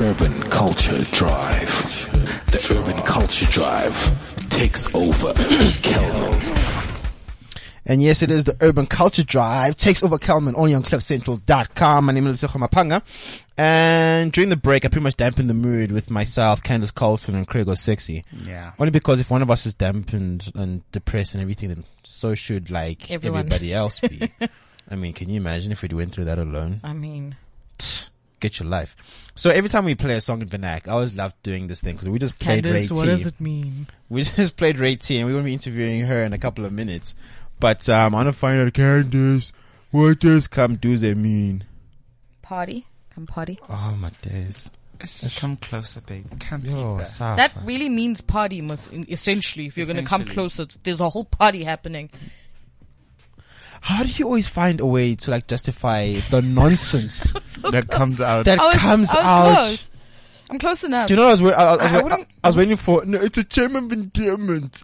urban culture drive. The urban culture drive takes over Kelman. And yes, it is the Urban Culture Drive takes over Kelman only on CliffCentral.com. My name is Lusejo Mapanga. And during the break, I pretty much dampened the mood with myself, Candace Carlson, and Craig Sexy. Yeah. Only because if one of us is dampened and depressed and everything, then so should like Everyone. everybody else be. I mean, can you imagine if we went through that alone? I mean, Tch, Get your life. So every time we play a song in Vernac, I always love doing this thing because we just played Candace, Ray what T. does it mean? We just played Ray T and we're going to be interviewing her in a couple of minutes. But um, I want to find out, Candace, what does come do they mean? Party? Come party? Oh my days. Let's come closer, babe. Come Yo, here. Safa. That really means party, must, essentially, if you're going to come closer. Essentially. There's a whole party happening. How do you always find a way to like justify the nonsense That comes out. that I was, comes I was out? close. I'm close enough. Do you know what I was, wait- I, I, I, was, I wait- wouldn't- I was waiting for? No, it's a term of endearment.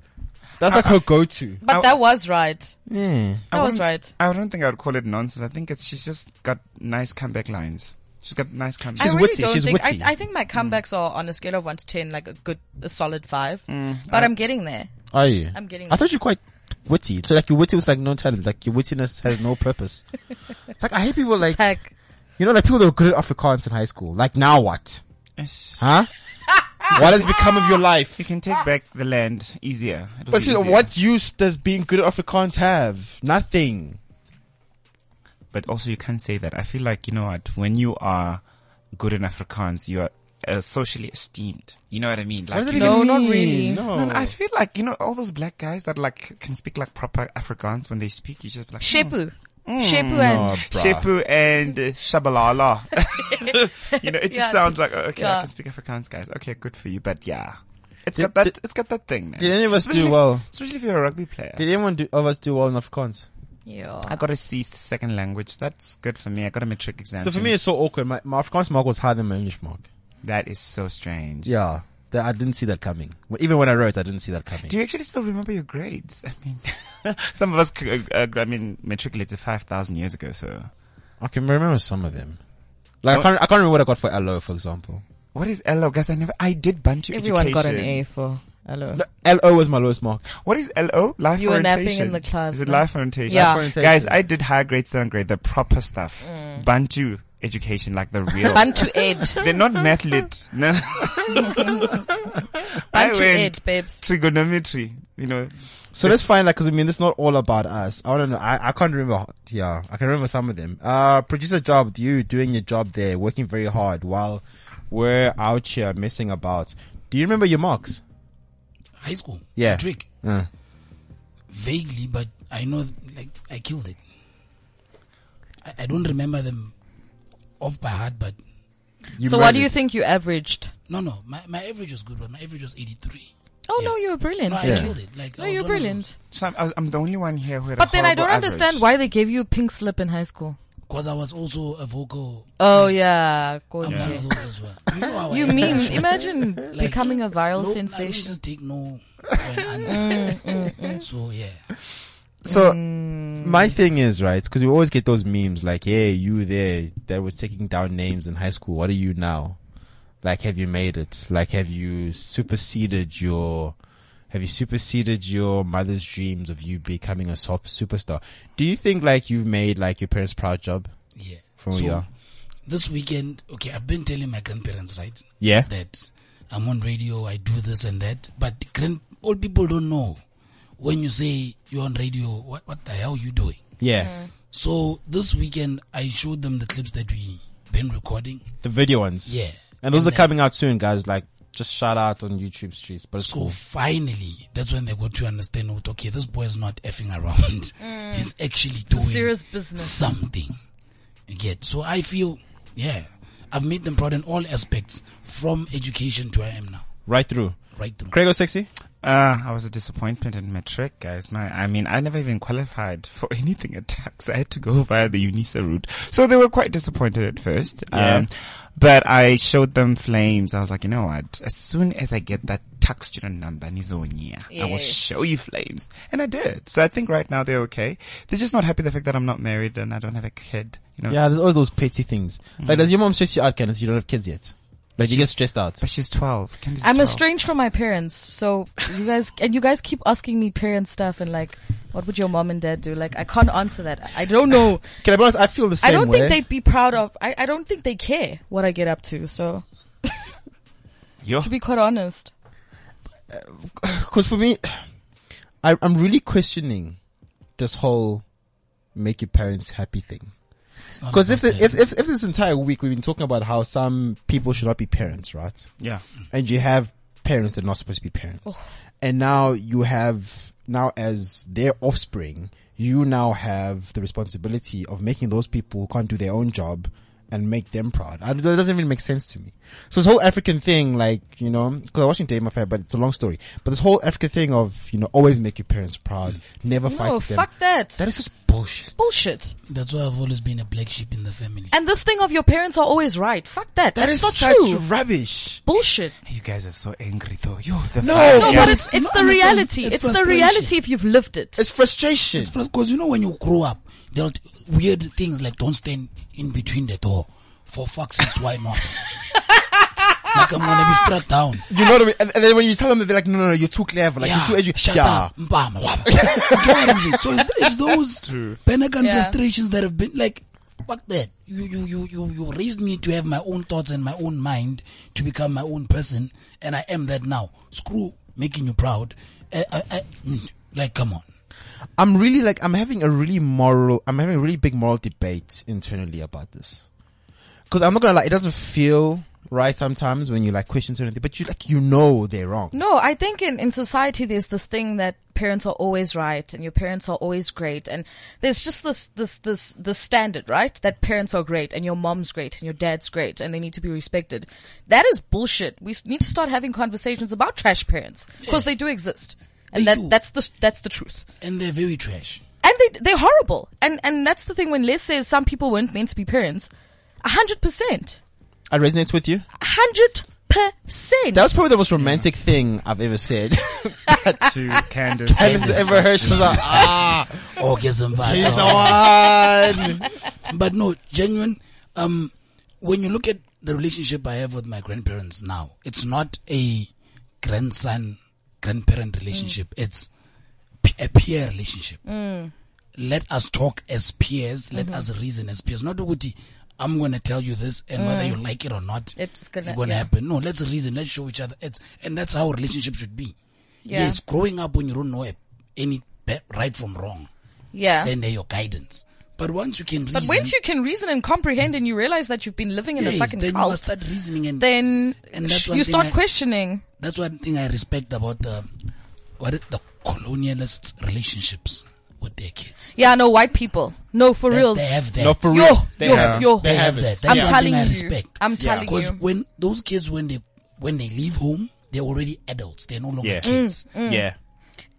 That's like her go-to. but I- that was right. Yeah. That was wouldn't- right. I don't think I would call it nonsense. I think it's she's just got nice comeback lines. She's got nice I comeback. really witty, don't she's think witty. Mm. I, I think my comebacks are on a scale of one to ten, like a good, a solid five. but I, am getting there. Are you? I'm getting Mm. I thought you're quite witty. So like your witty was like no talent. Like your wittiness has no purpose. like I hate people like Tag. you know like people that were good at Afrikaans in high school. Like now what? Ish. Huh? what has become of your You life? can take back the land easier. It'll But be see, easier. what use does being good at Afrikaans have? Nothing. But also, you can't say that. I feel like you know what? When you are good in Afrikaans, you are uh, socially esteemed. You know what I mean? Like, you No, not really. No. No, no, I feel like you know all those black guys that like can speak like proper Afrikaans when they speak. You just like Shepu. Mm. Shepu Ah, and Shepu and uh, Shabalala. you know, it just Yeah. sounds like oh, okay, Yeah. I can speak Afrikaans, guys. Okay, good for you, but yeah, it's got that. it's got that thing, man. Did any of us Especially- do well? Especially if you're a rugby player. Did anyone do, of us do well in Afrikaans? yeah. I got a C second language. That's good for me. I got a metric exam. So for me, it's so awkward. My, my Afrikaans mark was higher than my English mark. that is so strange. Yeah. That I didn't see that coming. Well, Even when I wrote, I didn't see that coming. Do you actually still remember your grades? I mean, some of us, c- uh, uh, I mean, matriculated 5,000 years ago, so. I can remember some of them. Like I can't, I can't remember what I got for LO, for example. What is LO? Guys, I never, I did Bantu Everyone education. got an A for hello. LO was my lowest mark. What is LO? Life You were napping orientation. in the class, Is it no? life orientation? Yeah. Life orientation. Guys, I did higher grade, seventh grade, the proper stuff. Bantu education, like the real. Mm. Bantu Ed. They're not math lit. No. I Bantu went Ed, babes. trigonometry, you know. So let's find like, cause I mean, it's not all about us. I don't know. I, I can't remember. Yeah. I can remember some of them. Uh, producer job, you doing your job there, working very hard while we're out here messing about. Do you remember your marks? High school. Yeah. Trick. Uh. Vaguely, but I know, like, I killed it. I, I don't remember them off by heart, but You So what remember do you it. think you averaged? no, no. My, my average was good, but my average was 83. Oh no, you were brilliant. No, I Yeah. killed it. Like, No, I was you're one of those- brilliant. So I'm, I was- I'm the only one here who had a But then I horrible don't understand average. why they gave you a pink slip in high school. Cause I was also a vocal. Oh yeah, Gordon. I'm one of those as well. You know how I You am. mean imagine becoming a viral No, I don't sensation? Mm, just take no for an answer. So yeah, So my thing is right because we always get those memes like, "Hey, you there that was taking down names in high school. What are you now? Like, have you made it? Like, have you superseded your?" Have you superseded your mother's dreams of you becoming a sop- superstar? Do you think like you've made like your parents proud job yeah. from so, where you are? This weekend, okay, I've been telling my grandparents, right? Yeah. that I'm on radio, I do this and that. But grand, old people don't know when you say you're on radio, what, what the hell you doing? Yeah. So this weekend, I showed them the clips that we been recording. The video ones. Yeah. And those And are then- coming out soon, guys. Like, just shout out on YouTube streets, but it's So cool. finally, that's when they got to understand, oh, okay, this boy is not effing around. He's actually doing Mm. serious business. something. You get? So I feel, yeah, I've made them proud in all aspects from education to where I am now. Right through. Right through. Craig sexy. Uh, I was a disappointment in metric, guys. My, I mean, I never even qualified for anything at tax. I had to go via the UNISA route. So they were quite disappointed at first. Yeah. Um, but I showed them flames. I was like, you know what? As soon as I get that tax student number, Nizonia, I will Yes. show you flames. And I did. So I think right now they're okay. They're just not happy the fact that I'm not married and I don't have a kid. You know, Mm. Yeah, there's always those petty things. Like, does your mom stress you out, Candace? You don't have kids yet. But you get stressed out. But she's 12. Candice is I'm 12. estranged from my parents, so you guys and you guys keep asking me parent stuff and like, what would your mom and dad do? Like, I can't answer that. I don't know. Can I be honest? I feel the I same don't way. think they'd be proud of. I, I don't think they care what I get up to. So, Yo. to be quite honest, Because for me, I, I'm really questioning this whole make your parents happy thing. Because if, the- if if if this entire week we've been talking about how some people should not be parents, right? Yeah. and you have parents that are not supposed to be parents. Oh. And now you have, now as their offspring, you now have the responsibility of making those people who can't do their own job and make them proud. I, that doesn't even make sense to me. So this whole African thing, like, you know, cause I watched Dave Affair, but it's a long story. But this whole African thing of, you know, always make your parents proud, never fight no, with them. fuck that. That is just bullshit. bullshit. That's why I've always been a black sheep in the family. And this thing of your parents are always right. Fuck that. That That's is not such true. rubbish. bullshit. You guys are so angry though. Yo, the No. No, Yeah. but it's it's No, the understand. reality. It's It's, the frustration. reality if you've lived it. It's frustration. Because you know when you grow up, they'll t- weird things like don't stand in between the door. For fuck's sakes, why not? like I'm gonna be struck down. you know what I mean? And, and then when you tell them, they're like, no, no, no, you're too clever. Like, yeah, you're too educated. shut up. Mbam, wap. you get what I'm saying? So it's, it's those Benagan Yeah. frustrations that have been like, fuck that. You, you, you, you, you raised me to have my own thoughts and my own mind to become my own person, and I am that now. Screw making you proud. I, I, I, mm, like, come on. I'm really like I'm having a really moral. I'm having a really big moral debate internally about this because I'm not gonna lie. It doesn't feel right sometimes when you like question certain things, but you like you know they're wrong. No, I think in, in society there's this thing that parents are always right and your parents are always great and there's just this this this this standard, right? That parents are great and your mom's great and your dad's great and they need to be respected. That is bullshit. We s- need to start having conversations about trash parents because they do exist. And They that do. that's the that's the truth. And they're very trash. And they they're horrible. And and that's the thing when Les says some people weren't meant to be parents. A hundred percent. I resonate with you. A hundred percent. That was probably the most romantic thing I've ever said. to Candace. I've ever heard. She was like, ah, Orgasm vibe. he's the one. but no, genuine. Um, when you look at the relationship I have with my grandparents now, it's not a grandson grandparent relationship. Mm. It's p- a peer relationship. Let us talk as peers. Mm-hmm. Let us reason as peers. Not ukuthi I'm going to tell you this, and whether you like it or not, Mm. It's gonna- going to yeah. happen. No, let's reason. Let's show each other. It's and that's how relationships should be. Yeah. Yes, growing up when you don't know a- any be- right from wrong, yeah. then they're your guidance. But once you can reason, But once you can reason and comprehend and you realize that you've been living in a Yes, fucking then you must cult, start reasoning and then And that's sh- one you thing start I- questioning. that's one thing I respect about the what is, the colonialist relationships with their kids. Yeah, no, white people. No, for That reals. They have that. No, for Yo, real. yo, yo. they They have it. that. That's I'm one telling thing I you. respect. I'm telling Because you. when those kids when they when they leave home, they're already adults. They're no longer Yeah. kids. Yeah.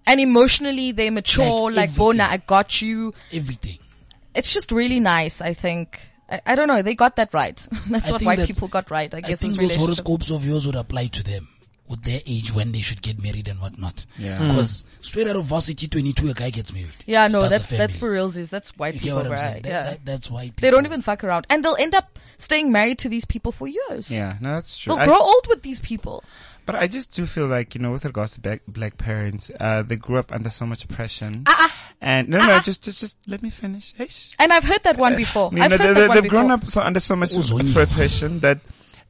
and emotionally, they mature. Like Like, everything. Bona, I got you. Everything. It's just really nice. I think. I, I don't know. They got that right. That's I what think white that- people got right. I I guess. think is those relationships. horoscopes of yours would apply to them with their age when they should get married and whatnot. Yeah. Because straight out of varsity 22, a guy gets married. Hmm. Yeah, no, starts a that's that's family. for realsies. That's white You get people, what I'm right? saying? That- Yeah. that- that's why they don't people- even fuck around, and they'll end up staying married to these people for years. Yeah, no, that's true. They'll I- grow old with these people. but I just do feel like, you know, with regards to black, black parents, uh, they grew up under so much oppression. Ah, And no, no, just, just, just let me finish. Hey, sh- And I've heard that one before. I mean, Oh, I've no, heard they, that one have before. grown up so, under so much Uzonyiwe. frustration that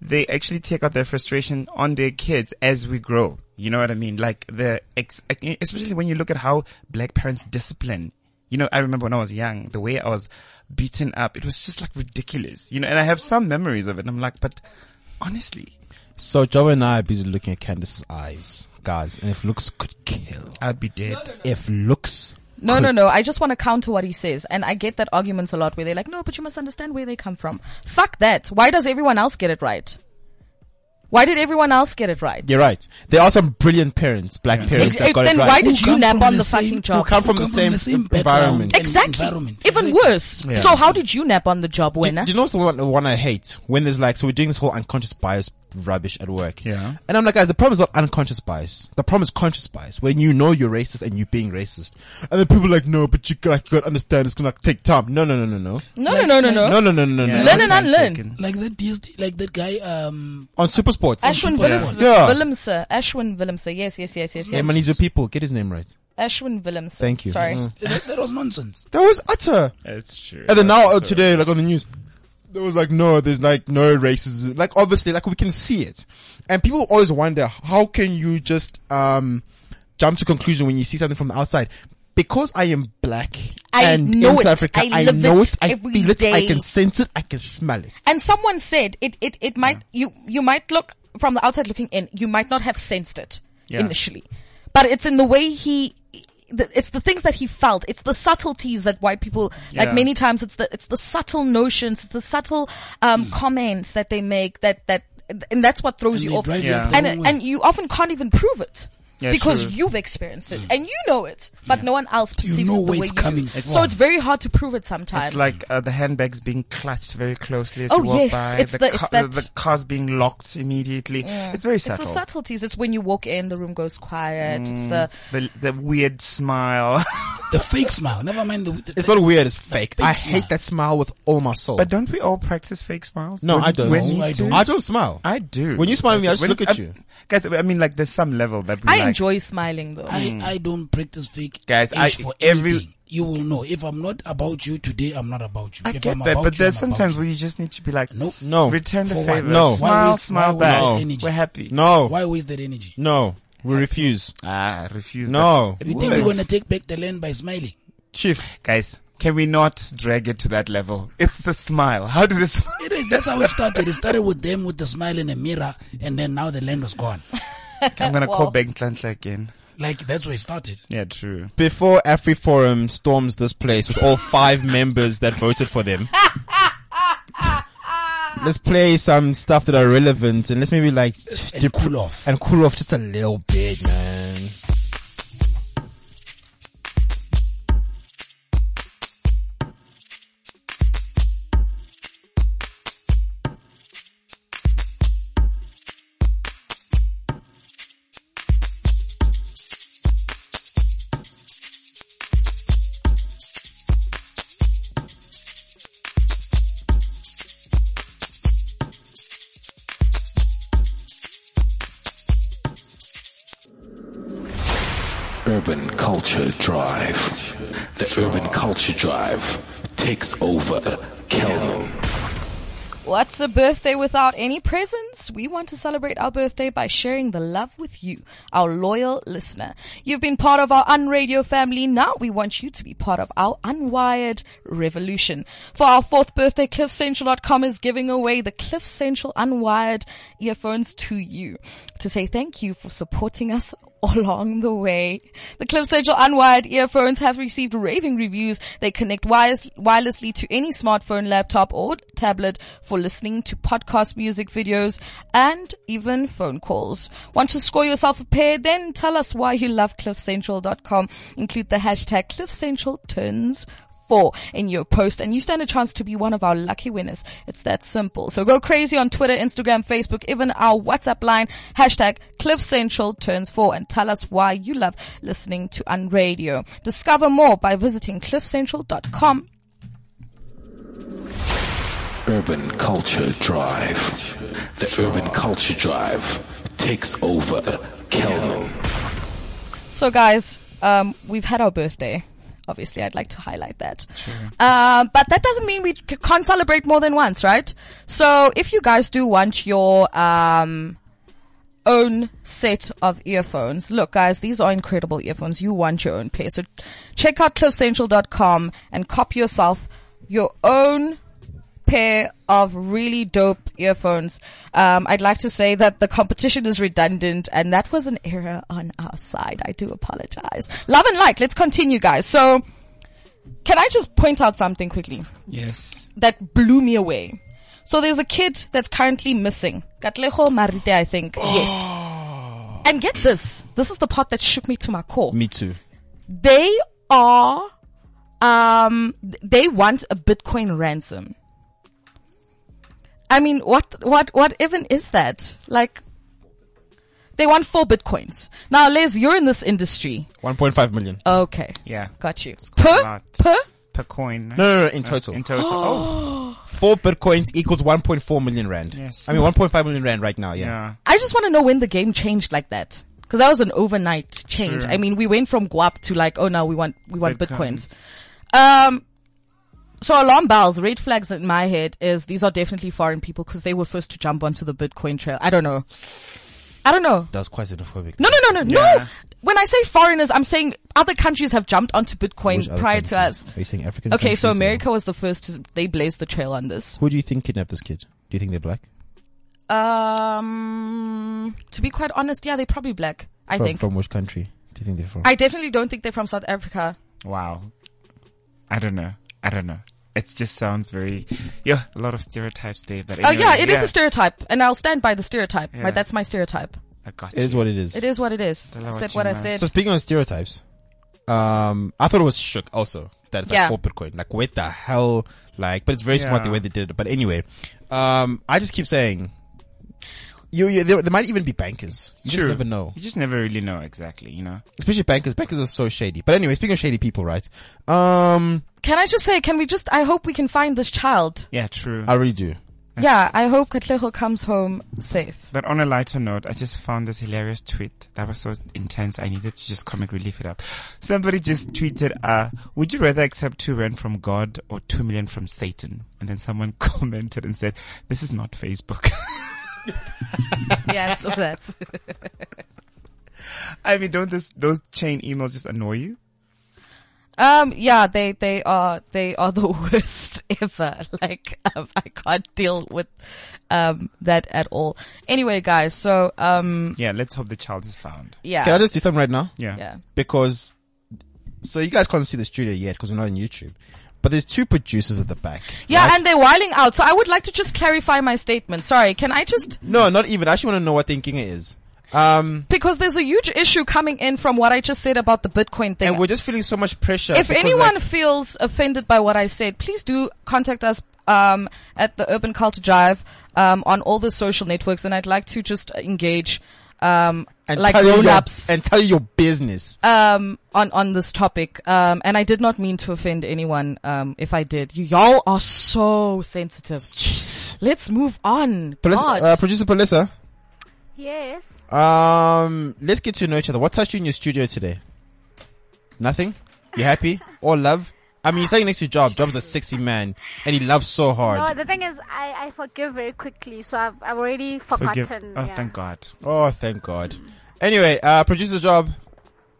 they actually take out their frustration on their kids as we grow. You know what I mean? Like the ex, especially when you look at how black parents discipline. You know, I remember when I was young, the way I was beaten up, it was just like ridiculous. You know, and I have some memories of it. And I'm like, but honestly, So Joe and I are busy looking at Candace's eyes, guys, and if looks could kill, I'd be dead. if looks No, no, no. I just want to counter what he says. And I get that argument a lot where they're like, no, but you must understand where they come from. Fuck that. Why does everyone else get it right? Why did everyone else get it right? You're right. There are some brilliant parents, black parents Ex- that got then it right. why Who did you come nap from on the the, same- fucking who job? come from Who the come from same, the same environment? background. and exactly. Even environment. Exactly. worse. So how did you nap on the job, Do, winner? do you know what's the one, the one I hate? When there's like, so we're doing this whole unconscious bias rubbish at work. Yeah. And I'm like, guys, the problem is not unconscious bias. The problem is conscious bias when you know you're racist and you're being racist. And then people are like, no, but you got- like, you got to understand it's gonna take time. No, no, no, no, no. No, no, no, no, No, no. no, no, no, no. Yeah, Learn long and time unlearn. taken. Like that DST, like that guy, um, On Super Sports. Ashwin Willems- Yeah. Willemser. Ashwin Willemser. Yes, yes, yes, yes, Yeah, yes. man, these are people. Get his name right. Ashwin Willemser. Thank you. Sorry. Mm. that, that was nonsense. That was utter. That's true. And then now uh, today, like on the news, there was like, no, there's like no racism. Like obviously, like we can see it. And people always wonder, how can you just, um, jump to conclusion when you see something from the outside? Because I am black I and know in South it. Africa, I I, live know it it, I every feel it, I day. can sense it, I can smell it. And someone said it, it, it might, you, you might look from the outside looking in, you might not have sensed it Yeah. initially, but it's in the way he, the- it's the things that he felt. It's the subtleties that white people, Yeah. like many times it's the, it's the subtle notions, it's the subtle, um, Hmm. comments that they make that, that, and that's what throws And you they off. drive you up And, the wrong way. and you often can't even prove it. Yeah, because true. Hmm. you've experienced it and you know it, but no one else perceives know it the where way it's you coming do. from. So it's very hard to prove it sometimes. It's like uh, the handbags being clutched very closely as Oh, you walk yes. by. It's the- it's the, that- Mm. the cars being locked immediately. It's very subtle. It's the subtleties. It's when you walk in, the room goes quiet. It's the the, the weird smile. The fake smile. Never mind the. the It's not weird, it's fake. fake I smile. hate that smile with all my soul. but don't we all practice fake smiles? no, Wouldn't- I don't. wouldn't No, you I do? don't. I don't smile. I do. When you smile at me, I just When look it's- at you. guys. I mean, like, there's some level that we I like. enjoy smiling though. I, I don't practice fake Guys, I- age for every- anything. you will know if I'm not about you today. I'm not about you. I if get I'm that, about but you, there's I'm sometimes about where you just need to be like, you. nope. No. return the For what? favor. No. Why Smile, waste- smile why back. waste energy? We're happy. No. Why waste that energy? No. We refuse. Ah, refuse. No. but it You think we're works. gonna take back the land by smiling? Chief. Guys, can we not drag it to that level? It's the smile. How did this? It is. That's how it started. It started with them with the smile in a mirror, and then now the land was gone. I'm gonna Eh, Well. call Ben Clancy again. Like that's where it started. Yeah, true. Before AfriForum storms this place with all five members that voted for them, let's play some stuff that are relevant and let's maybe like And dip- cool off. and cool off just a little bit, man. Urban Culture Drive. The Urban Culture Drive takes over Kelman. What's a birthday without any presents? We want to celebrate our birthday by sharing the love with you, our loyal listener. You've been part of our Unradio family. Now we want you to be part of our Unwired revolution. For our fourth birthday, CliffCentral.com is giving away the Cliff Central Unwired earphones to you to say thank you for supporting us along the way. The Cliff Central Unwired earphones have received raving reviews. They connect wires- wirelessly to any smartphone, laptop, or tablet for listening to podcast music, videos, and even phone calls. Want to score yourself a pair? Then tell us why you love cliffcentral.com. Include the hashtag cliffcentralturns four in your post and you stand a chance to be one of our lucky winners. It's that simple. So go crazy on Twitter, Instagram, Facebook, even our WhatsApp line, hashtag Cliff Central turns four and tell us why you love listening to Unradio. Discover more by visiting cliffcentral.com. Urban Culture Drive. The Urban Culture Drive takes over Kelman. So guys, um, we've had our birthday. Obviously, I'd like to highlight that. Um, but that doesn't mean we c- can't celebrate more than once, right? So if you guys do want your, um, own set of earphones. Look, guys, these are incredible earphones. You want your own pair. So check out cliffcentral.com and cop yourself your own pair of really dope earphones. Um, I'd like to say that the competition is redundant and that was an error on our side. I do apologize. Love and like. Let's continue, guys. So can I just point out something quickly? Yes. that blew me away. So there's a kid that's currently missing. Katleho Marite, I think. Yes. And get this. This is the part that shook me to my core. Me too. They are, um, they want a Bitcoin ransom. I mean, what, what, what even is that? Like, they want four bitcoins. Now, Les, you're in this industry. 1.5 million. Okay. Yeah. Got you. quite a Per? lot. Per? Per coin. No, no, no, in total. Uh, In total. Oh, Four bitcoins equals 1.4 million rand. Yes. I mean, 1.5 million rand right now, yeah. yeah. I just want to know when the game changed like that. Cause that was an overnight change. I mean, we went from guap to like, oh no, we want, we want bitcoins. Bitcoins. Um, so alarm bells, red flags in my head is these are definitely foreign people because they were first to jump onto the Bitcoin trail. I don't know. I don't know. That was quite xenophobic. No, no, no, no, no. Yeah. When I say foreigners, I'm saying other countries have jumped onto Bitcoin Which other prior countries? to us. Are you saying African? Okay, countries so or- America was the first to, they blazed the trail on this. Who do you think kidnapped this kid? Do you think they're black? Um, to be quite honest, yeah, they're probably black. I from, think. From which country do you think they're from? I definitely don't think they're from South Africa. Wow. I don't know. I don't know. It just sounds very, yeah, a lot of stereotypes there. But Oh anyway, yeah, it is a stereotype, and I'll stand by the stereotype. Yeah. Right, that's my stereotype. I got it is you. what it is. It is what it is. Tell her I what said you what I must. said. So speaking on stereotypes, um, I thought it was shook also. That's like Yeah. four Bitcoin. Like what the hell? Like, but it's very smart the Yeah. way they did it. But anyway, um, I just keep saying, you, you there, there might even be bankers. You True. just never know. You just never really know exactly, you know? Especially bankers. Bankers are so shady. But anyway, speaking of shady people, right? Um, Can I just say? Can we just? I hope we can find this child. Yeah, true. I really do. Yeah, I hope Katleho comes home safe. But on a lighter note, I just found this hilarious tweet that was so intense. I needed to just comic relief it up. Somebody just tweeted, uh, would you rather accept two rand from God or two million from Satan? And then someone commented and said, this is not Facebook. Yeah, so that. I mean, don't this, those chain emails just annoy you? Um, yeah, they, they are, they are the worst ever. Like, um, I can't deal with, um, that at all. Anyway, guys, so, um, Yeah, let's hope the child is found. yeah. Can I just do something right now? Yeah. yeah. Because, so you guys can't see the studio yet because we're not on YouTube. But there's two producers at the back. Yeah, right? and they're whiling out. So I would like to just clarify my statement. Sorry, can I just, no, not even. I actually want to know what thinking is. Um, because there's a huge issue coming in from what I just said about the Bitcoin thing. and we're just feeling so much pressure. if because, anyone like, feels offended by what I said, please do contact us um, at the Urban Culture Drive um, on all the social networks, and I'd like to just engage um, like tell you your- grown-ups and tell you your business. um, on on this topic. Um, and I did not mean to offend anyone. Um, if I did, you, y'all are so sensitive. Jeez. Let's move on. God. Polissa, uh, producer Polissa, Yes. um, let's get to know each other. What touched you in your studio today? Nothing. You happy or love? I mean, you're standing next to Job. Job's a sexy man, and he loves so No, hard. the thing is, I, I forgive very quickly, so I've, I've already forgotten. Oh, yeah. thank God. Oh, thank God. Anyway, uh, producer Job,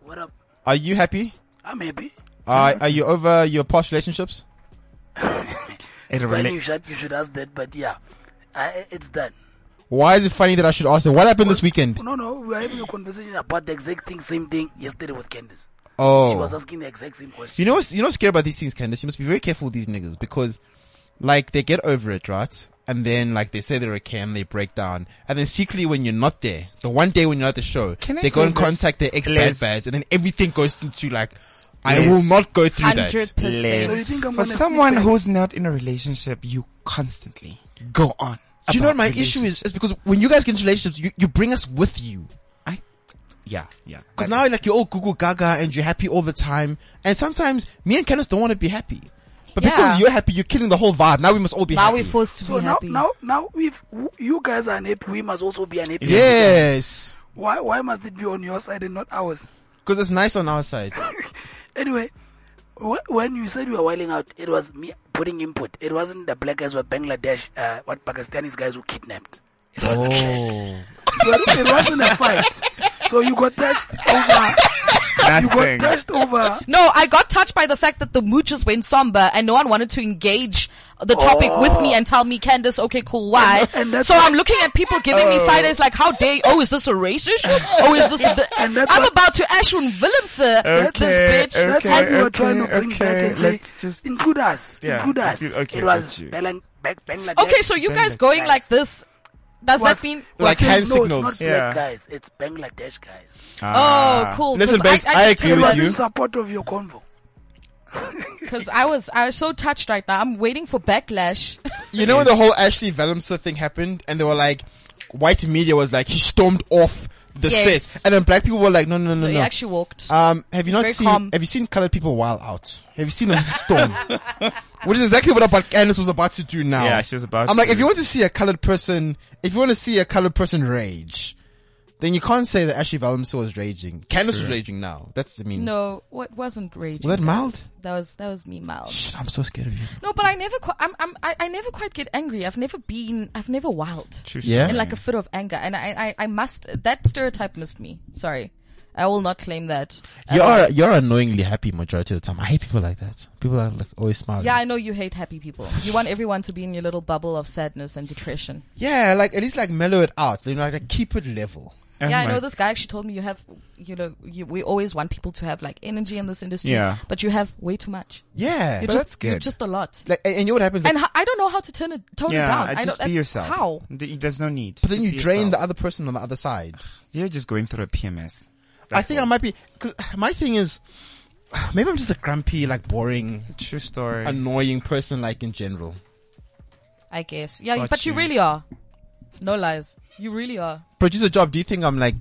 What up? Ah, are you happy? I'm happy. Uh-huh. Uh, are you over your past relationships? It Funny really, you should you should ask that, but yeah, I, it's done. Why is it funny that I should ask them? What happened this weekend? No, no, we were having a conversation about the exact thing, same thing yesterday with Candice. He was Oh, asking the exact same question. you know what's you know what's scary about these things, Candice? You must be very careful with these niggas because, like, they get over it, right? And then, like, they say they're okay and they break down. And then secretly, when you're not there, the one day when you're at the show, Can I they go say and this? contact their ex bad Les. bads, and then everything goes into like, I Les. will not go through Hundred that. So you percent. think I'm for gonna someone sneak back? who's not in a relationship, you constantly go on. Do you know about what my issue is? It's because when you guys get into relationships, you, you bring us with you. Yeah, yeah. Because That now, is- like, you're all Google Gaga and you're happy all the time. And sometimes me and Candice don't want to be happy. But Yeah. because you're happy, you're killing the whole vibe. Now we must all be Now happy. we're forced to So be now, happy. now, now, if w- you guys are unhappy, we must also be unhappy. yes. Why, why must it be on your side and not ours? Because it's nice on our side. Anyway, wh- when you said you were whiling out, it was me putting input. It wasn't the black guys were Bangladesh, uh, what Pakistanis guys who kidnapped. oh. It was- it wasn't a fight. So you got touched over. You got Nothing. touched over. No, I got touched by the fact that the mooches went somber and no one wanted to engage the topic with me and tell me, Candace, okay, cool, why? And- and that's so why- I'm looking at people giving me side eyes like, how dare, oh, is this a race issue? Oh, is this, the, And that's I'm why- about to Ashwin Willemse this bitch. That's Okay, what we were okay, trying to bring back okay, and say, let's just- include us, Yeah, include us. include- okay, it was got you. Bangla- Ba- Bangladesh. Okay, so you guys going like this, does that mean, Like hand no, signals. It's not black Yeah. guys. It's Bangladesh guys. oh, cool. Ah. Listen, 'cause babes, I just agree It took with was it- in you. support of your convo. Because I was, I was so touched right now. I'm waiting for backlash. You know when the whole Ashley Valumsa thing happened and they were like, white media was like, he stormed off the Yes. set. And then black people were like, no, no, no, They no. actually walked. Um, have you It's not very seen? calm. Have you seen colored people while out? Have you seen them storm? Which is exactly what about Candace was about to do now. Yeah, she was about I'm like, to. if you want to see a colored person, if you want to see a colored person rage, then you can't say that Ashley Valumso was raging. Candace was raging now. That's I mean, no, what wasn't raging. was that mild? That was that was me mild. Shit, I'm so scared of you. No, but I never quite. I'm, I'm, I, I never quite get angry. I've never been. I've never wild True Yeah. in like a fit of anger, and I, I, I must. That stereotype missed me. Sorry, I will not claim that. You Uh, are you're annoyingly happy majority of the time. I hate people like that. People are like always smiling. Yeah, I know you hate happy people. You want everyone to be in your little bubble of sadness and depression. yeah, like at least like mellow it out. You know, like keep it level. Oh yeah, I my- know this guy actually told me you have, you know, you, we always want people to have like energy in this industry, Yeah. but you have way too much. Yeah, You're But just, that's You're good. just a lot. like, and, and you know what happens? And ho- I don't know how to turn it, tone Yeah, it down. I just don't, be I- yourself. How? Th- There's no need. but then Just you be drain yourself. the other person on the other side. You're just going through a PMS. I think I might be. Cause my thing is, maybe I'm just a grumpy, like boring, True story. annoying person, like in general. I guess. Yeah, Got but you you. really are. No lies. You really are. Producer job, do you think I'm like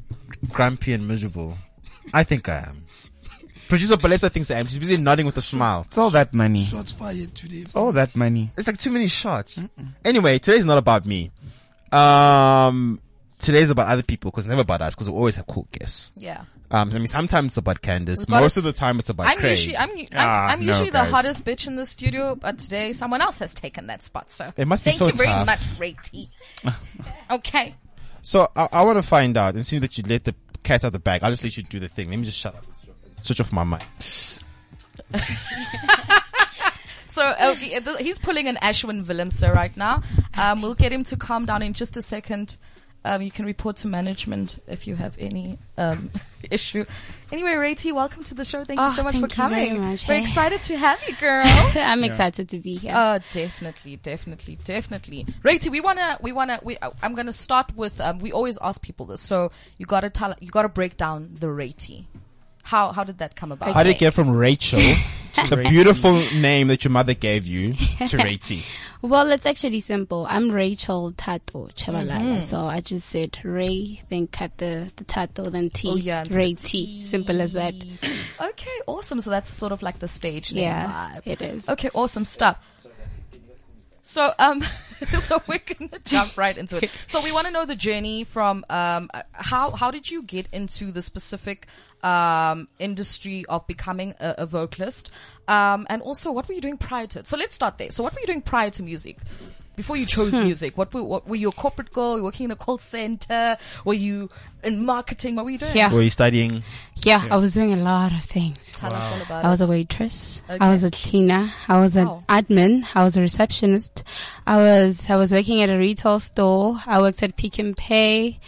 grumpy and miserable? I think I am. Producer Balesa thinks I am. She's busy nodding with a smile. it's all that money. Shots fired today. It's all that money. It's like too many shots. Anyway, today's not about me. Um, today's about other people because never about us because we always have cool guests. Yeah. Um, I mean, sometimes it's about Candace. We've got Most a- of the time, it's about I'm Craig. usually, I'm, I'm, Ah, I'm no, usually the guys. hottest bitch in the studio, but today someone else has taken that spot. So It must be thank so you very tough. much, Ray T. okay. So I, I want to find out and see that you let the cat out of the bag. I'll just let you do the thing. Let me just shut up. Switch off my mic. So uh, he- uh, he's pulling an Ashwin Willemser right now. Um, we'll get him to calm down in just a second. Um, you can report to management if you have any um, issue. Anyway, Ray T, welcome to the show. Thank Oh, you so much thank for you very coming. much. We're Hey. excited to have you, girl. I'm excited to be here. Oh, definitely, definitely, definitely. Righty, we wanna, we wanna, we. uh, I'm gonna start with. Um, we always ask people this, so you gotta tell, you gotta break down the Righty. How how did that come about? How did it get from Rachel, the beautiful name that your mother gave you, to Rati? well, it's actually simple. I'm Rachel Tato Chabalala. Mm-hmm. So I just said Ray, then cut the, the Tato, then T. Oh, yeah, and Ray T. Simple as that. Okay, awesome. So that's sort of like the stage name Yeah, vibe. it is. Okay, awesome stuff. So um, so we're gonna jump right into it. So we want to know the journey from um, uh, how how did you get into the specific um industry of becoming a, a vocalist, um, and also what were you doing prior to it? So let's start there. So what were you doing prior to music? Before you chose Hmm. music, what were, what were you a corporate girl? Were you working in a call center? Were you in marketing? What were you doing? Yeah. Were you studying? yeah, I was doing a lot of things. Tell us all about I was it. a waitress. Okay. Oh. I was a cleaner. I was an Wow. admin. I was a receptionist. I was I was working at a retail store. I worked at Pick and Pay.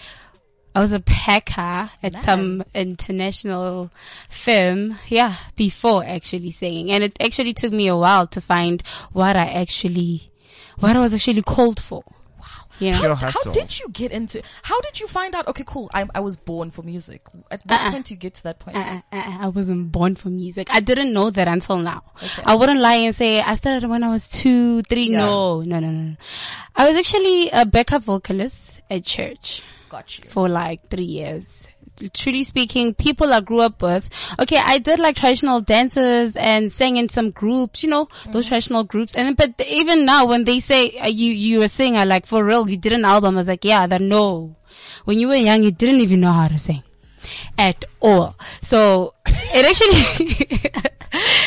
I was a packer at some international firm. Yeah, before actually singing, and it actually took me a while to find what I actually, what I was actually called for. Wow. Yeah. Pure How hustle. did you get into? How did you find out? Okay, cool. I I was born for music. At what point do you get to that point? I, I, I wasn't born for music. I didn't know that until now. I wouldn't lie and say I started when I was two, three. Yeah. No, no, no, no. no. I was actually a backup vocalist at church Got you. for like three years. Truly speaking, people I grew up with. Okay, I did like traditional dances and sang in some groups, you know, those traditional groups. And but even now, when they say uh, you you a singer, like for real, you did an album. I was like, yeah, that no. When you were young, you didn't even know how to sing at all. So it actually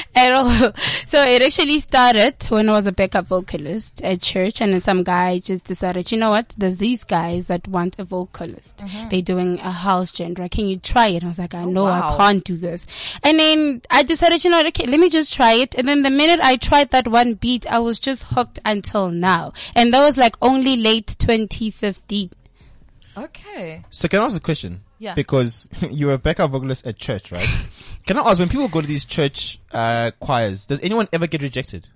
at all. So it actually started when I was a backup vocalist at church and then some guy just decided, you know what? There's these guys that want a vocalist. Mm-hmm. They're doing a house genre. Can you try it? I was like, Oh, I know wow. I can't do this. And then I decided, you know what? Okay, let me just try it. And then the minute I tried that one beat, I was just hooked until now. And that was like only late 2015. Okay. So can I ask a question? Yeah. Because you were a backup vocalist at church, right? can I ask, when people go to these church uh, choirs, does anyone ever get rejected?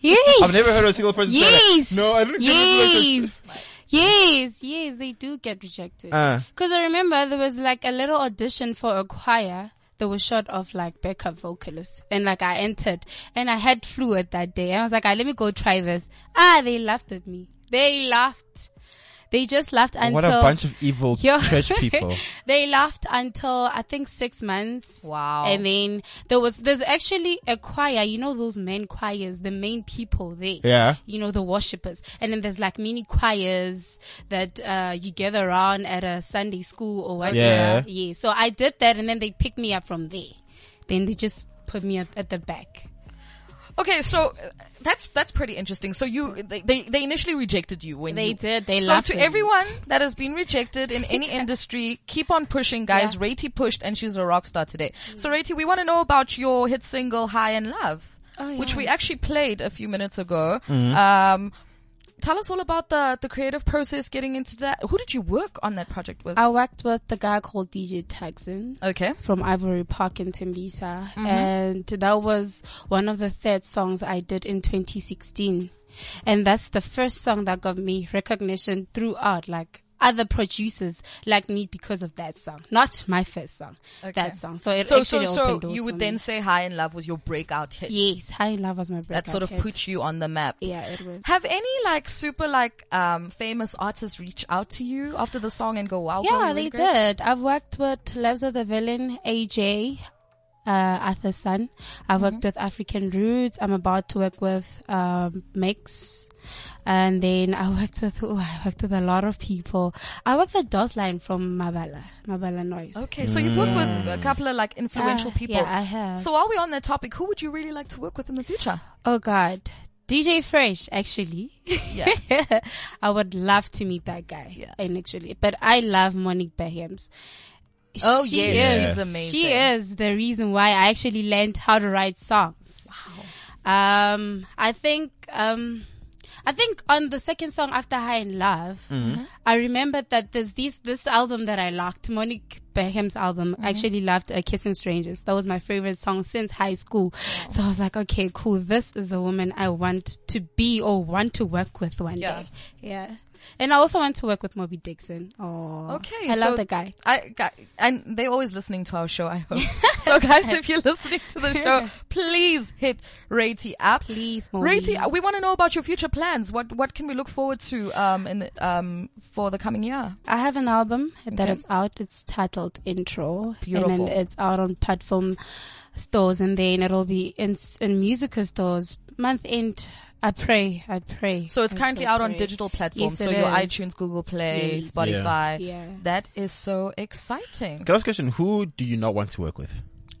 Yes. I've never heard of a single person Yes. say that. No, I didn't get rejected. Yes. Yes, yes, they do get rejected. Uh. Because I remember there was like a little audition for a choir They were short of like backup vocalists. And like I entered and I had fluid that day. I was like, ah, let me go try this. Ah, they laughed at me. They laughed. They just laughed until. what a bunch of evil Yo. church people. they laughed until I think six months. Wow. And then there was there's actually a choir, you know those main choirs, the main people there. Yeah. You know, the worshippers. And then there's like mini choirs that uh you gather around at a Sunday school or whatever. Yeah. yeah. So I did that and then they picked me up from there. Then they just put me at, at the back. Okay, so uh, that's that's pretty interesting. So you they they, they initially rejected you when They you- did. They so laughed to at me. everyone that has been rejected in any industry, keep on pushing, guys. Yeah. Mm. Rati pushed, and she's a rock star today. So Rati, we want to know about your hit single "High and Love," Oh, which yeah. we actually played a few minutes ago. Um, tell us all about the the creative process getting into that. Who did you work on that project with? I worked with the guy called DJ Texan. okay. from Ivory Park in Tembisa. Mm-hmm. And that was one of the third songs I did in 2016. And that's the first song that got me recognition throughout, like other producers like me because of that song. Not my first song, that song. So it So so actually so opened doors you for would me. then say "High and Love" was your breakout hit. Yes, High in Love was my breakout That sort of hit. put you on the map. Yeah, it was. Have any like super like um famous artists reach out to you after the song and go, "Wow, girl, Yeah, you they were great? did. I've worked with Labs of the Villain, AJ, uh, Arthur Sun. I've worked Mm-hmm. with African Roots. I'm about to work with um, Mix. And then I worked with, oh, I worked with a lot of people. I worked with Dosline from Mabala, Mabala Noise. Okay, so you've worked with Mm. a couple of like influential Uh, people. yeah, I have. So while we're on that topic, who would you really like to work with in the future? Oh God. DJ Fresh, actually. Yeah. I would love to meet that guy. Yeah. And actually, but I love Monique Behams. Oh, She yes, is- she's amazing. She is the reason why I actually learned how to write songs. Wow. Um, I think, um, I think on the second song after High in Love, Mm-hmm. I remembered that there's this this album that I liked, Monique Beham's album. Mm-hmm. I actually loved uh, Kissing Strangers. That was my favorite song since high school. So I was like, okay, cool. This is the woman I want to be or want to work with one Yeah. day. Yeah. And I also want to work with Moby Dixon. Oh, Okay, I love so the guy. I, gu- and they're always listening to our show, I hope. so guys, if you're listening to the show, please hit Rati up. Please, Moby. Rati, we want to know about your future plans. What what can we look forward to um in the, um for the coming year? I have an album that Okay. it's out. It's titled Intro, and Beautiful. then it's out on platform stores, and then it'll be in in musical stores month end. I pray, I pray. So it's I currently so out on pray. digital platforms. Yes, so it your is. iTunes, Google Play, Yes. Spotify. Yeah. That is so exciting. Can I ask a question? Who do you not want to work with?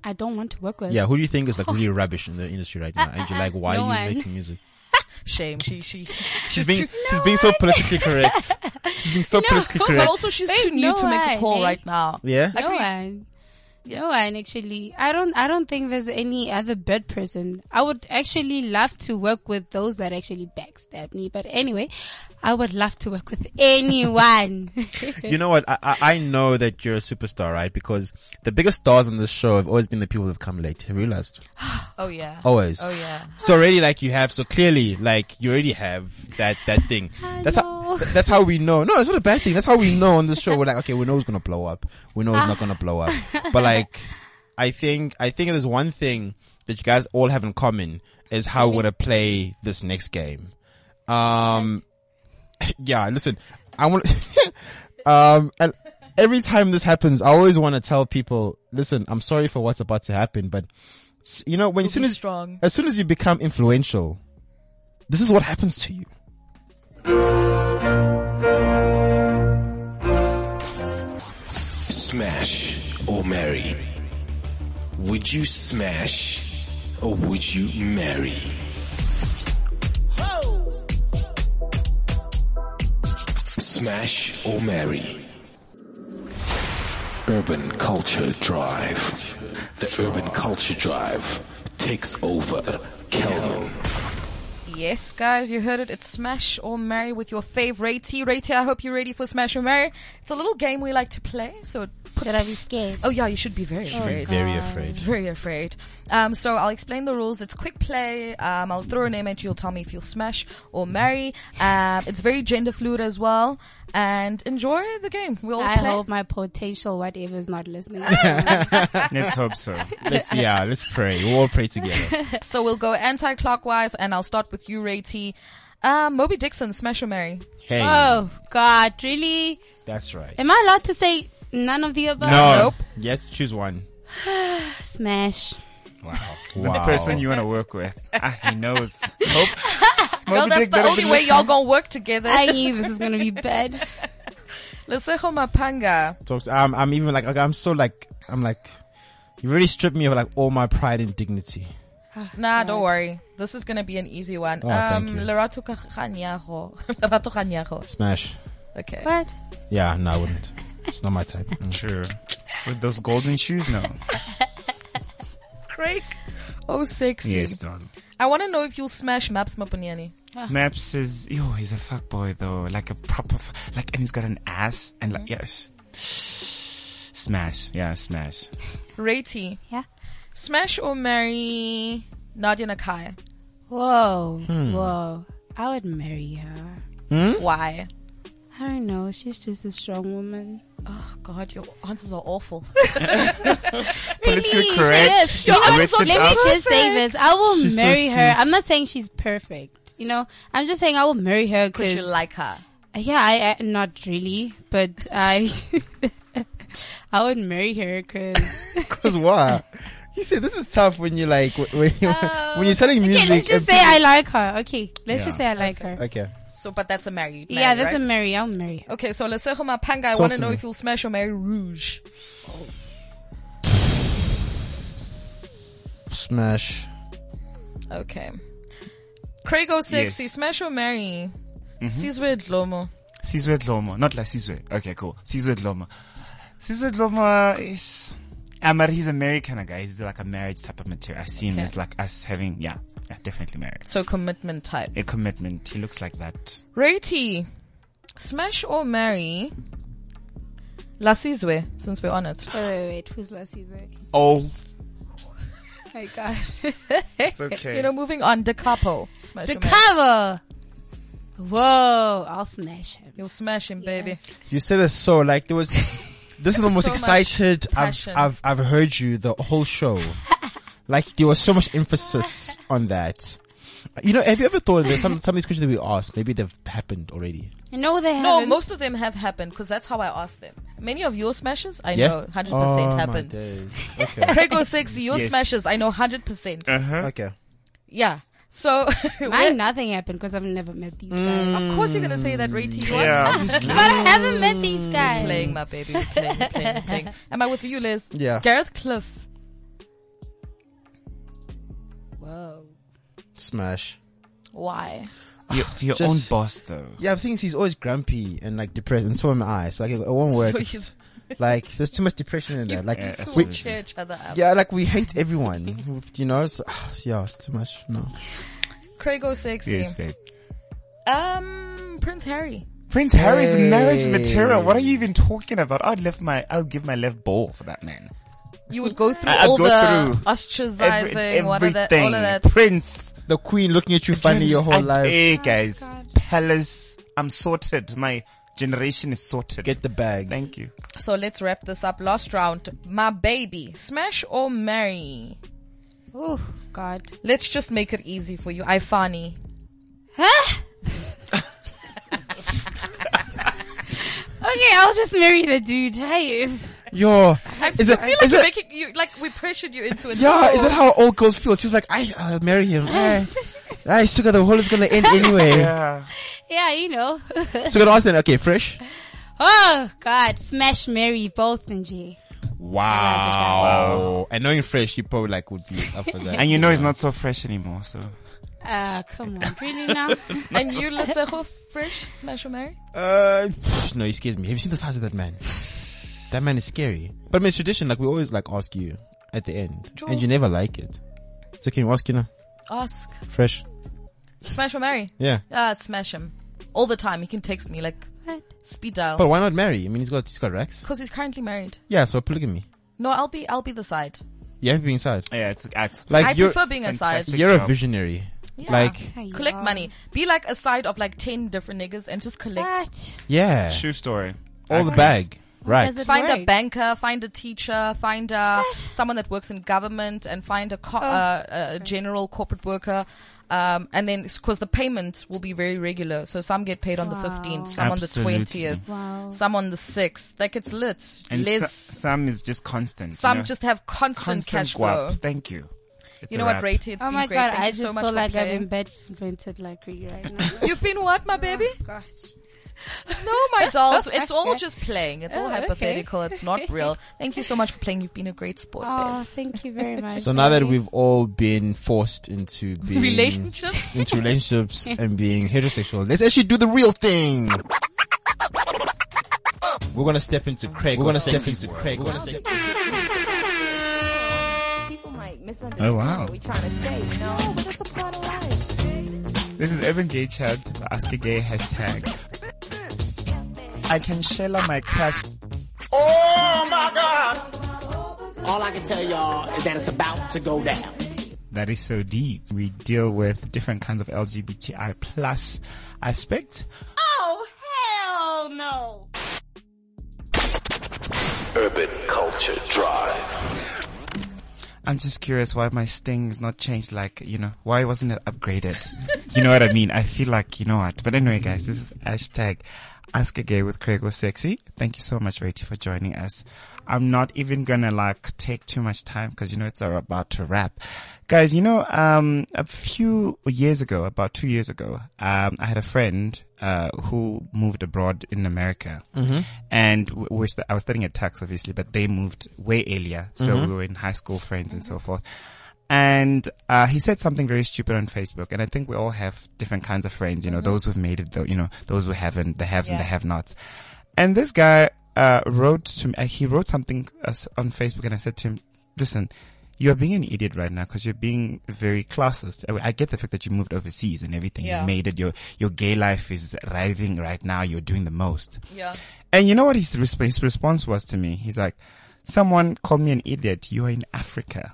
I don't want to work with. Yeah, who do you think is like really rubbish in the industry right now? And you're like, why are No you one. making music? Shame. She she She's being she's being so politically correct. She's being so politically But correct. also she's Hey, too new no to make a way, call hey. right now. Yeah. Like no we- one. No one actually. I don't. I don't think there's any other bird person. I would actually love to work with those that actually backstab me. But anyway, I would love to work with anyone. you know what? I, I I know that you're a superstar, right? Because the biggest stars on this show have always been the people who've come late. Have you realized? Oh yeah. Always. Oh yeah. So already, like you have, so clearly, like you already have that that thing. that's how know. th- that's how we know. No, it's not a bad thing. That's how we know on this show. We're like, okay, we know who's gonna blow up. We know who's not gonna blow up. But like, I think I think there's one thing that you guys all have in common is how we're gonna play this next game. Um, yeah. Listen, I want. um, and every time this happens, I always want to tell people, listen, I'm sorry for what's about to happen, but s- you know, when You'll soon be as strong. as soon as you become influential, this is what happens to you. Smash or marry? Would you smash or would you marry? Smash or marry? Urban Culture Drive. The Urban Culture Drive takes over Kelman. Yes, guys, you heard it. It's Smash or Marry with your fave Ratey. Ratey, I hope you're ready for Smash or Marry. It's a little game we like to play, so it puts Should I be scared? Oh yeah, you should be very Very, afraid. very afraid. Very afraid. Um, so I'll explain the rules. It's quick play. Um, I'll throw a name at you. You'll tell me if you'll smash or marry. Um, it's very gender fluid as well. And enjoy the game. We'll I play. hope my potential whatever is not listening. Let's hope so. Let's, yeah, let's pray. We'll all pray together. So we'll go anti-clockwise, and I'll start with you, Ray T. Um, Moby Dixon, smash or marry? Hey, oh God, really? that's right. Am I allowed to say none of the above? No. Nope. Yes, choose one. Smash. Wow. Wow. The person you want to work with. Ah, he knows. Hope. Well, Moby that's Dick, the that'll only be way y'all listening. gonna work together. I knew this is gonna be bad. Lesejo Mapanga. Talks. I'm, I'm even like, okay, I'm so like, I'm like, you really stripped me of like all my pride and dignity. Nah, don't worry. This is gonna be an easy one. Oh, um, thank you. Lerato Kanyaho. Lerato Kanyaho. Smash. Okay. What? Yeah, no, I wouldn't. It's not my type. Mm. True. With those golden shoes, no. Craig. Oh, sexy. Yes, darling. I want to know if you'll smash Maps Mapuniani. Maps is, yo, he's a fuck boy though. Like a proper, f- like, and he's got an ass and like, Mm. yes. Smash. Yeah, smash. Rati. Yeah. Smash or marry Nadia Nakai? Whoa, Hmm. whoa. I would marry her. Why? I don't know. She's just a strong woman. Oh God, your answers are awful. Politically Really? correct. She is. You know what? Written So let me up. just say this. I will She's so marry her. sweet. I'm not saying she's perfect. You know, I'm just saying I will marry her Because because, you like her. yeah, I, I not really, but I, I would marry her because. Cause why? You said this is tough when you like when, when, you- when you're selling music. Oh. Okay, let's just and say I like her. Okay, let's just Yeah. say I like her. people- okay. So, but that's a marry. marry yeah, that's right? a marry. I'll marry her. Okay, so Lesejo Mapanga, I Talk want to to know me. if you'll smash or marry Rouge. Smash. Okay. Craig oh sexy, Yes. smash or marry? Sizwe Dlomo. Sizwe Dlomo. Not like Sizwe. Okay, cool. Sizwe Dlomo. Sizwe Dlomo is, ah, but he's American kind of guy. He's like a marriage type of material. I see him Okay. as like us having, yeah, yeah, definitely married. So commitment type. A commitment. He looks like that. Rati, smash or marry? La Sizwe, since we're on it. Wait, wait, wait. Who's last season? Oh, My God. it's okay. You know, moving on, De Capo. Smash The him, man. cover. Whoa! I'll smash him. You'll smash him, baby. You said this so like there was. This is the most So much excited I've, passion. I've I've heard you the whole show. like there was so much emphasis on that. You know, have you ever thought that some some of these questions that we asked maybe they've happened already? No, they No, haven't. Oh, most of them have happened because that's how I asked them. Many of your smashes, I know 100% Oh, my happened. days. Oh. Okay. Prego Sexy, your Yes. smashes, I know 100%. okay. Yeah. So, Mine, we're- nothing happened because I've never met these guys. Mm. of course you're going to say that, Ray T. You Mm. are Yeah, obviously. But I haven't met these guys. playing, my baby. We're playing, we're playing, we're playing. Am I with you, Liz? Yeah. Gareth Cliff. Whoa. Smash. Why? your your Just- own boss though. Yeah, the thing is, he's always grumpy and like depressed, and so am I. So like, it won't work. So It's- like, there's too much depression in there. Like, Yeah, To we, cheer each other up. yeah, like we hate everyone. you know, it's, ah, yeah, it's too much. No, Craigo Sexy. Yes, babe. Um, Prince Harry. Prince Harry's marriage Hey. material. What are you even talking about? I'd left my, I'll give my left ball for that man. You would go through I- I'd all go the through ostracizing, Every- what are that, all of that. Prince. the Eh. queen looking at you funny your whole I- life. Hey guys, palace. I'm sorted. My generation is sorted. Get the bag. Thank you. So let's wrap this up. Last round. My baby. Smash or marry? Oh, God. Let's just make it easy for you. Ifani. Huh? okay, I'll just marry the dude. Hey. Yo, I is feel it? like Is you're it? making you like we pressured you into it. Yeah, is No. that how old girls feel? She was like, I, I'll marry him. I, I sugar, the world is gonna end anyway. Yeah. Yeah, you know. So gonna ask then, okay, fresh. oh, God. Smash Mary both and G. Wow. Oh, And knowing fresh, he probably like would be up for that. And you know he's not so fresh anymore. So Ah, come on. Really now? And you, Lesejo Fresh, smash or marry? Uh, pff, no, he scares me. Have you seen the size of that man? That man is scary. But I mean, it's tradition. Like we always like ask you at the end, True. and you never like it. So can you ask you now? Ask. Fresh. Smash or marry? Yeah. Ah, smash him. All the time. He can text me like, speed dial. But why not marry? I mean, he's got he's got racks. Because he's currently married. Yeah, so polygamy. No, I'll be, I'll be the side. You have to be inside. Yeah, it's, it's Like I you're prefer being a side. fantastic. you're a job. visionary. Yeah. Like Collect money. Be like a side of like 10 different niggas and just collect. What? yeah, true story. all the bag. Right. Does it Find a work? banker, find a teacher, find a, someone that works in government, and find a, Oh, co- uh, a general corporate worker. Um, and then, because the payment will be very regular, so some get paid on the fifteenth, some Absolutely. on the twentieth, Wow. some on the sixth. Like it's lit. And Les, so- some is just constant. you some know? just have constant, constant cash flow. guap. Thank you. It's You a know what, wrap. Rate? It's Oh been my great. god, Thank I you just so much feel for like I've playing. invented like right now. You've been what, my baby? Oh, Gosh. No, my dolls. It's all just playing. It's Oh, all hypothetical. It's not real. Thank you so much for playing. You've been a great sport, Oh, babes. thank you very much. So now that Shirley. we've all been forced into being Relationships. into relationships and being heterosexual, let's actually do the real thing. We're gonna step into Craig. We're gonna step into Craig. People might misunderstand Oh, wow. what we're trying to say, you know? No, but that's a part of life. This is Evan Gay Chat. Ask a Gay hashtag. I can shell out my crush. All I can tell y'all is that it's about to go down. That is so deep. We deal with different kinds of LGBTI plus aspects. Urban Culture Drive. I'm just curious why my sting is not changed. Like, you know, why wasn't it upgraded? you know what I mean? I feel like, you know what? But anyway, guys, this is hashtag Ask a Gay with Craig was sexy. Thank you so much, Rachel, for joining us. I'm not even gonna like take too much time because you know it's about to wrap, guys. You know, um, a few years ago, about two years ago, um, I had a friend uh, who moved abroad in America, and w- we're st- I was studying at Tax, obviously, but they moved way earlier, so we were in high school friends and so forth. And uh, he said something very stupid on Facebook, and I think we all have different kinds of friends, you know, those who've made it, though, you know, those who haven't, the haves and the have-nots. And this guy uh, wrote to me. Uh, he wrote something uh, s- on Facebook, and I said to him, "Listen, you are being an idiot right now because you're being very classist. I, I get the fact that you moved overseas and everything. Yeah. You made it. Your your gay life is thriving right now. You're doing the most. Yeah. And you know what his, resp- his response was to me? He's like, "Someone called me an idiot. You are in Africa."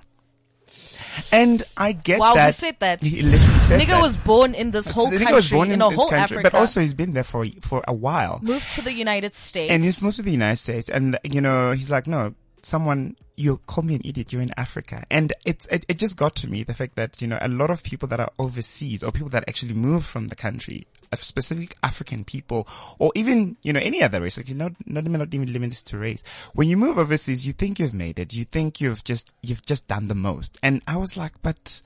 And I get Wow, who that. said that? He literally said Nigga that. was born in this whole The country, nigga was born in a this whole country, Africa, but also he's been there for for a while. moves to the United States. And he's moved to the United States, and you know, he's like, no, someone, you call me an idiot. You're in Africa, and it's it, it just got to me the fact that you know a lot of people that are overseas or people that actually move from the country, uh, specific African people, or even you know any other race, like you know, not even not even limited to race. When you move overseas, you think you've made it. You think you've just you've just done the most. And I was like, but.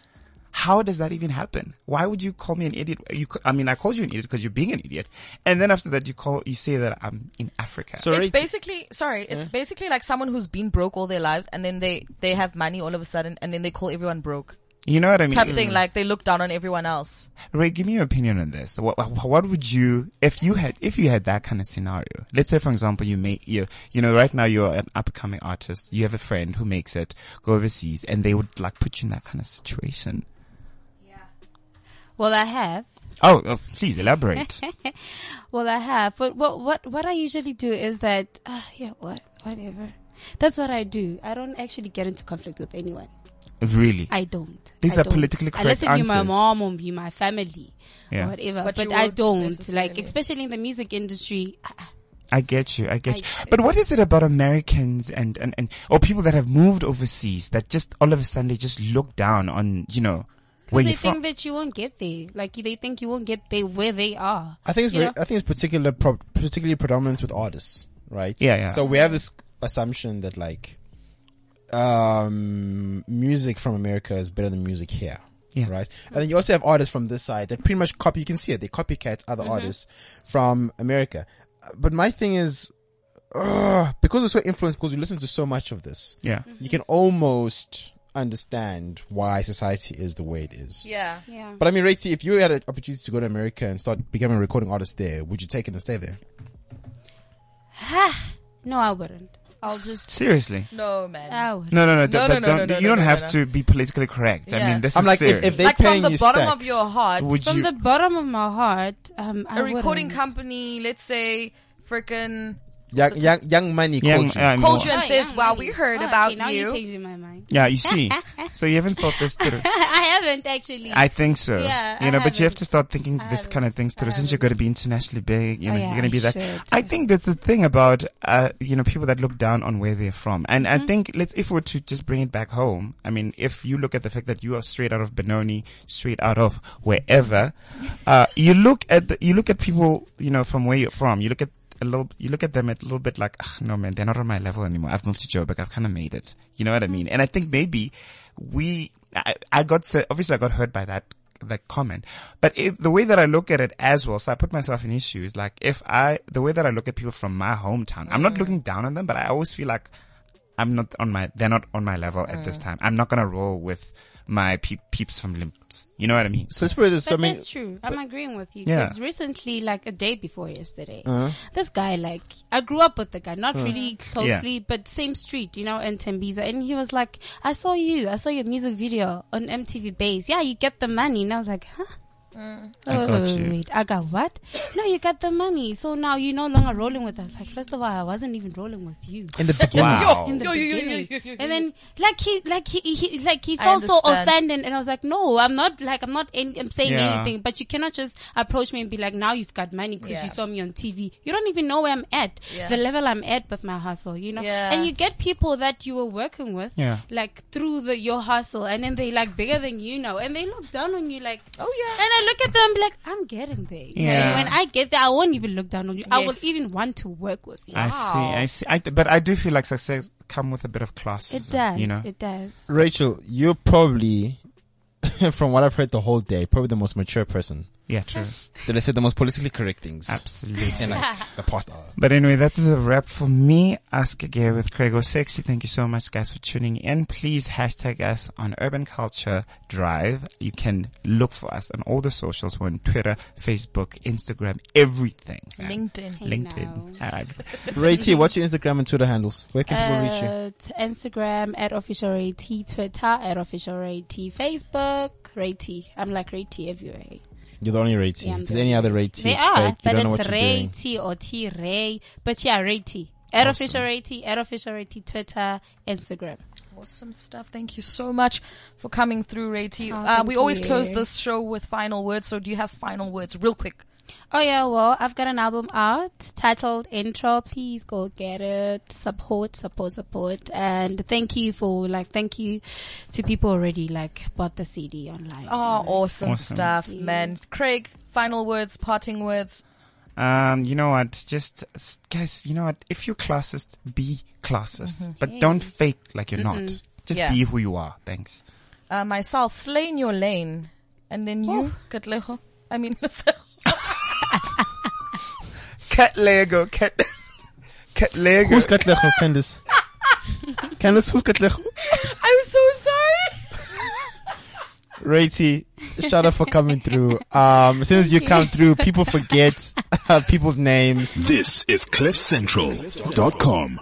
How does that even happen? Why would you call me an idiot? You, c- I mean, I called you an idiot because you're being an idiot, and then after that, you call, you say that I'm in Africa. So it's Rach- basically sorry. It's basically like someone who's been broke all their lives, and then they they have money all of a sudden, and then they call everyone broke You know what I mean? type of thing. Like they look down on everyone else. Ray, give me your opinion on this. What, what what would you, if you had, if you had that kind of scenario? Let's say, for example, you make, you, you know, right now you're an upcoming artist. You have a friend who makes it go overseas and they would like put you in that kind of situation. well, I have. Oh, oh please elaborate. Well, I have. But what what what I usually do is that uh, yeah, what whatever. That's what I do. I don't actually get into conflict with anyone. really? I don't. These I are don't. politically correct Unless if you're my answers. mom or you my family Yeah. or whatever. But But, you I won't don't. necessarily. Like especially in the music industry. I, I- I get you. I get I- you. But what is it about Americans and, and, and, or people that have moved overseas that just all of a sudden they just look down on, you know, where they you're think from? that you won't get there. Like they think you won't get there where they are. I think it's You very, uh, know? I think it's particular pro- particularly predominant with artists, right? Yeah, yeah. So we have this assumption that like um music from America is better than music here. Yeah. Right. And then you also have artists from this side that pretty much copy you can see it. They copycat other artists from America. Uh, But my thing is ugh, because we're so influenced because we listen to so much of this, yeah. you can almost understand why society is the way it is. Yeah. Yeah. But I mean, Rati, if you had an opportunity to go to America and start becoming a recording artist there, would you take it and stay there? No, I wouldn't. I'll just Seriously. No, man. No, no, no, d- No, but no, no, don't, no, no, you don't no, no, have no. to be politically correct. I Yeah. mean, this I'm is like, if- serious. if they like paying from the you bottom of stacks. your heart, Would from you- the bottom of my heart. Um, I a recording wouldn't. company, let's say, freaking Young, young, young money Young- called you. um, calls you Oh, and says, yeah, "Wow, really. we heard Oh, about okay, now you." you changing my mind. yeah, you see, so you haven't thought this through. I haven't actually. I think so. Yeah, you I know, but you have to haven't. start thinking I this haven't. kind of things I through since you're going to be internationally big. You know, Oh, yeah, you're going to be I that. should. I think that's the thing about uh, you know people that look down on where they're from, and Mm-hmm. I think let's if we were to just bring it back home. I mean, if you look at the fact that you are straight out of Benoni, straight out of wherever, uh, you look at the, you look at people you know from where you're from. You look at a little, you look at them a little bit like, "Ugh, no man, they're not on my level anymore. I've moved to Joburg. I've kind of made it. You know what I Mm-hmm. mean? And I think maybe we, I, I got, se- obviously I got hurt by that, that comment, but it, the way that I look at it as well, so I put myself in issues. Like if I, the way that I look at people from my hometown, I'm Mm. not looking down on them, but I always feel like I'm not on my, they're not on my level at Mm. this time. I'm not going to roll with my pe- peeps from Limps. You know what I mean? So let's put it this. But so I mean, that's true. I'm agreeing with you. Yeah. Uh-huh. Because recently, like a day before yesterday, this guy, like, I grew up with the guy, not really closely, but same street, you know, in Tembisa. And he was like, I saw you. I saw your music video on MTV Base. Yeah, you get the money. And I was like, huh? Mm. I wait, got wait, wait, you. wait. I got what? No, you got the money. So now you're no longer rolling with us. Like, first of all, I wasn't even rolling with you. in the beginning, Wow. In the Yo, yo, yo, yo, beginning. yo, yo, yo. And then, like he, like he, he like he I felt so understand. offended, and I was like, no, I'm not. Like I'm not. Any, I'm saying Yeah. anything, but you cannot just approach me and be like, now you've got money because Yeah. you saw me on TV. You don't even know where I'm at, Yeah. the level I'm at with my hustle, you know. Yeah. And you get people that you were working with, Yeah. like through the your hustle, and then they like bigger than you now, and they look down on you, like, Oh, yeah. And I look at them and be like, I'm getting there. Yeah. And when I get there, I won't even look down on you. I will Yes. even want to work with you. I see. I see. I th- but I do feel like success come with a bit of class. It does. You know. It does. Rachel, you're probably, from what I've heard the whole day, probably the most mature person. yeah. True. That I said the most politically correct things Absolutely. in like the past hour. But anyway, that is a wrap for me. Ask Again with Craig O'Sexy. Thank you so much, guys, for tuning in. Please hashtag us on Urban Culture Drive. You can look for us on all the socials. We're on Twitter, Facebook, Instagram, everything. LinkedIn. LinkedIn. All right. Ray T, what's your Instagram and Twitter handles? Where can people reach you? Uh, t- Instagram at official Ray T, Twitter at official Ray T, Facebook Ray T. I'm like Ray T everywhere. You're the only Ray T. Yeah, I'm if there's any other Ray T, They it's are, fake. You but don't know it's what you're Ray doing. T or T Ray. But yeah, Ray T. At official Ray T, at official Ray T, Twitter, Instagram. Awesome stuff. Thank you so much for coming through, Ray T. Oh, uh, thank we always you. close this show with final words. So, do you have final words, real quick? Oh yeah, well, I've got an album out titled Intro. Please go get it. Support, support, support. And thank you for like, thank you to people already like bought the CD online. Oh, awesome, Awesome. stuff, man. Craig, final words, parting words. Um, you know what? Just s- guys, you know what? If you're classist, be classist, but don't fake like you're not. Just Mm-hmm. Yeah. be who you are. Thanks. Uh, myself, slay in your lane, and then you, Katleho. I mean, Cat Lego. Cat. Cat Lego. Who's got Lecho, Candice? Candice, who's got Lecho? I'm so sorry. Ray T, shout out for coming through. Um, as soon as you come through, people forget people's names. This is CliffCentral.com.